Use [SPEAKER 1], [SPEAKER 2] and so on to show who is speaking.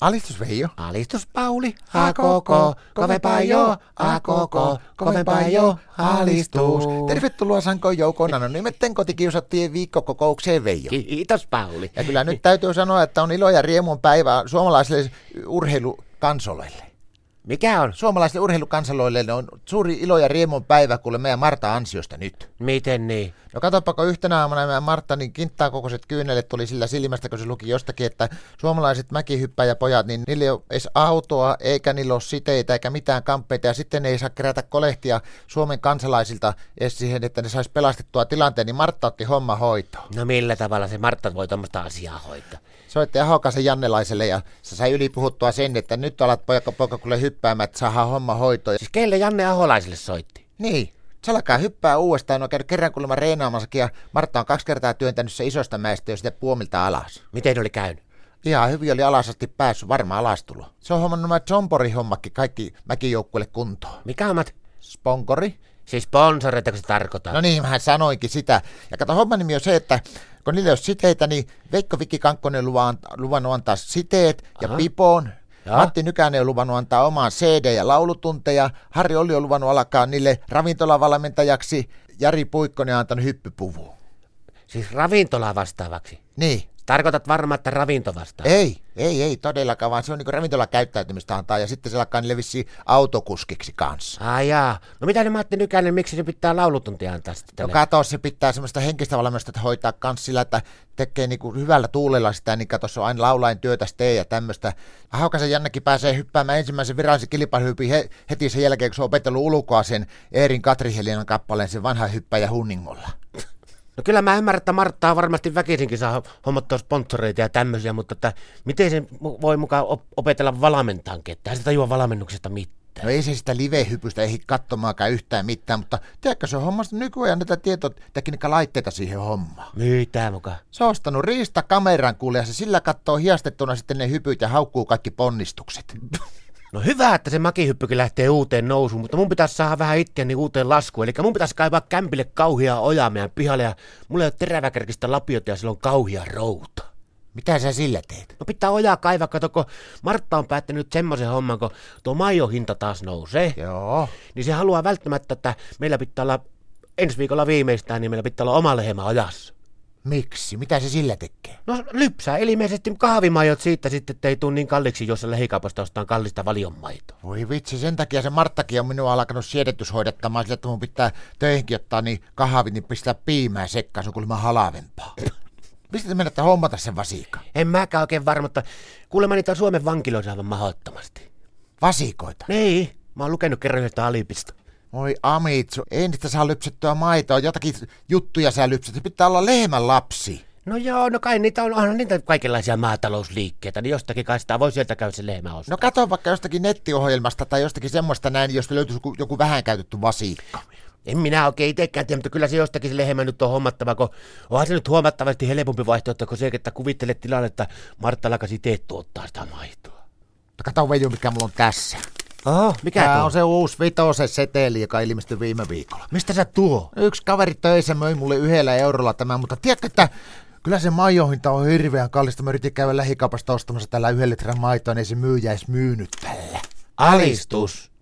[SPEAKER 1] Alistus Veijo.
[SPEAKER 2] Alistus Pauli, a koko, kovempaa jo, a koko, kovempaa jo, alistus.
[SPEAKER 1] Tervetuloa Sankoon joukoon Nanon nimetten kotikiusattiin viikkokokoukseen Veijo.
[SPEAKER 2] Kiitos Pauli.
[SPEAKER 1] Ja kyllä nyt täytyy sanoa, että on ilo ja riemun päivä suomalaisille urheilukansoloille.
[SPEAKER 2] Mikä on?
[SPEAKER 1] Suomalaisille urheilukansaloille ne on suuri ilo ja riemun päivä kuule meidän Marta ansiosta nyt.
[SPEAKER 2] Miten niin?
[SPEAKER 1] No katsoppa, kun yhtenä aamuna meidän Martta, niin kinttaa kokoiset kyynelet tuli sillä silmästä, kun se luki jostakin, että suomalaiset mäkihyppäjäpojat, niin niillä ei ole edes autoa, eikä niillä ole siteitä, eikä mitään kamppeita, ja sitten ne ei saa kerätä kolehtia Suomen kansalaisilta edes siihen, että ne saisi pelastettua tilanteen, niin Martta otti homma hoitoon.
[SPEAKER 2] No millä tavalla se Martta voi tuommoista asiaa hoitaa?
[SPEAKER 1] Soitti Ahokasen Jannelaiselle ja se sai ylipuhuttua sen, että nyt alat poika poika kuule hyppäämään, että saadaan homma hoitoon.
[SPEAKER 2] Siis kelle Janne Aholaiselle soitti?
[SPEAKER 1] Niin. Se alkaa hyppää uudestaan, on käynyt kerran kuulemma reenaamassakin ja Martta on kaksi kertaa työntänyt se isosta mäestä jo sitä puomilta alas.
[SPEAKER 2] Miten oli käynyt?
[SPEAKER 1] Ihan hyvin oli alas asti päässyt, varmaan alastulo. Se on hommannut nämä Jompori-hommakin kaikki mäkijoukkueelle kuntoon.
[SPEAKER 2] Mikä hommat?
[SPEAKER 1] Sponkori?
[SPEAKER 2] Siis sponsoreita, kun se tarkoittaa.
[SPEAKER 1] No niin, mähän sanoinkin sitä. Ja kato, homman nimi on se, että kun niillä ei ole siteitä, niin Veikko Viki Kankkonen on luvan, luvannut antaa siteet ja
[SPEAKER 2] Aha.
[SPEAKER 1] pipoon.
[SPEAKER 2] Joo.
[SPEAKER 1] Ja? Matti Nykänen on luvannut antaa omaan CD- ja laulutunteja. Harri Olli on luvannut alkaa niille ravintolavalmentajaksi. Jari Puikkonen on antanut hyppypuvun.
[SPEAKER 2] Siis ravintola vastaavaksi.
[SPEAKER 1] Niin.
[SPEAKER 2] Tarkoitat varmaan, että ravinto vastaa.
[SPEAKER 1] Ei, ei, ei todellakaan, vaan se on niinku ravintolakäyttäytymistä antaa ja sitten se alkaa niille vissiin autokuskiksi kanssa.
[SPEAKER 2] Ai jaa. No mitä ne Matti Nykänen, miksi se pitää laulutuntia antaa sitten
[SPEAKER 1] No
[SPEAKER 2] tälle?
[SPEAKER 1] kato, se pitää semmoista henkistä valmennusta että hoitaa kans sillä, että tekee niinku hyvällä tuulella sitä, niin kato, se on aina laulain työtä tee ja tämmöistä. Haukasen Jannekin pääsee hyppäämään ensimmäisen virallisen kilpailuhypin he, heti sen jälkeen, kun se on opetellut ulkoa sen Eerin Katrihelinan kappaleen sen vanhan hyppäjä Hunningolla.
[SPEAKER 2] No kyllä mä ymmärrän, että Marttaa varmasti väkisinkin saa hommattua sponsoreita ja tämmöisiä, mutta että miten se mu- voi mukaan op- opetella valmentaankin, että hän sitä tajua valmennuksesta mitään.
[SPEAKER 1] No ei se sitä live-hypystä ehdi katsomaankaan yhtään mitään, mutta tiedätkö se on hommasta nykyään näitä tietotekniikkalaitteita siihen hommaan.
[SPEAKER 2] Myytää mukaan.
[SPEAKER 1] Se on ostanut riista kameran kuule ja se sillä kattoo hiastettuna sitten ne hypyt ja haukkuu kaikki ponnistukset.
[SPEAKER 2] No hyvä, että se makihyppykin lähtee uuteen nousuun, mutta mun pitäisi saada vähän itseäni uuteen laskuun. Eli mun pitäisi kaivaa kämpille kauhia ojaa meidän pihalle ja mulla ei ole teräväkärkistä lapiota ja sillä on kauhia routa.
[SPEAKER 1] Mitä sä sillä teet?
[SPEAKER 2] No pitää ojaa kaivaa, kato, kun Martta on päättänyt semmoisen homman, kun tuo majohinta taas nousee.
[SPEAKER 1] Joo.
[SPEAKER 2] niin se haluaa välttämättä, että meillä pitää olla ensi viikolla viimeistään, niin meillä pitää olla oma lehmä ajassa.
[SPEAKER 1] Miksi? Mitä se sillä tekee?
[SPEAKER 2] No lypsää ilmeisesti kahvimajot siitä sitten, ettei tule niin kalliiksi, jos se lähikaupasta ostaa kallista valionmaitoa.
[SPEAKER 1] Voi vitsi, sen takia se Marttakin on minua alkanut siedätyshoidattamaan sillä, että mun pitää töihinkin ottaa niin kahvit, niin pistää piimää sekkaan, se on kuulemma halavempaa. Mistä te menette hommata sen vasiikan?
[SPEAKER 2] En mäkään oikein varma, mutta kuulemma niitä on Suomen vankiloissa aivan mahdottomasti.
[SPEAKER 1] Vasikoita?
[SPEAKER 2] Niin, mä oon lukenut kerran yhdestä alipista.
[SPEAKER 1] Voi amitsu, ei niistä saa lypsettyä maitoa, jotakin juttuja sä lypset, se pitää olla lehmän lapsi.
[SPEAKER 2] No joo, no kai niitä on, onhan niitä kaikenlaisia maatalousliikkeitä, niin jostakin kai sitä voi sieltä käydä se lehmä ostaa.
[SPEAKER 1] No katso vaikka jostakin nettiohjelmasta tai jostakin semmoista näin, josta löytyisi joku, joku vähän käytetty vasiikka.
[SPEAKER 2] En minä oikein itsekään tiedä, mutta kyllä se jostakin se lehmä nyt on hommattava, kun onhan se nyt huomattavasti helpompi vaihtoehto kuin se, että kuvittelet tilanne, että Martta alkaisi itse tuottaa sitä maitoa.
[SPEAKER 1] No Kato Veju, mikä mulla on tässä.
[SPEAKER 2] Oh, mikä
[SPEAKER 1] Tää
[SPEAKER 2] tuo?
[SPEAKER 1] on se uusi vitosen seteli, joka ilmestyi viime viikolla.
[SPEAKER 2] Mistä sä tuo?
[SPEAKER 1] Yksi kaveri töissä möi mulle yhdellä eurolla tämän, mutta tiedätkö, että kyllä se majohinta on hirveän kallista. Mä yritin käydä lähikaupasta ostamassa tällä yhden litran maitoa, niin ei se myyjä edes myynyt tällä.
[SPEAKER 2] Alistus.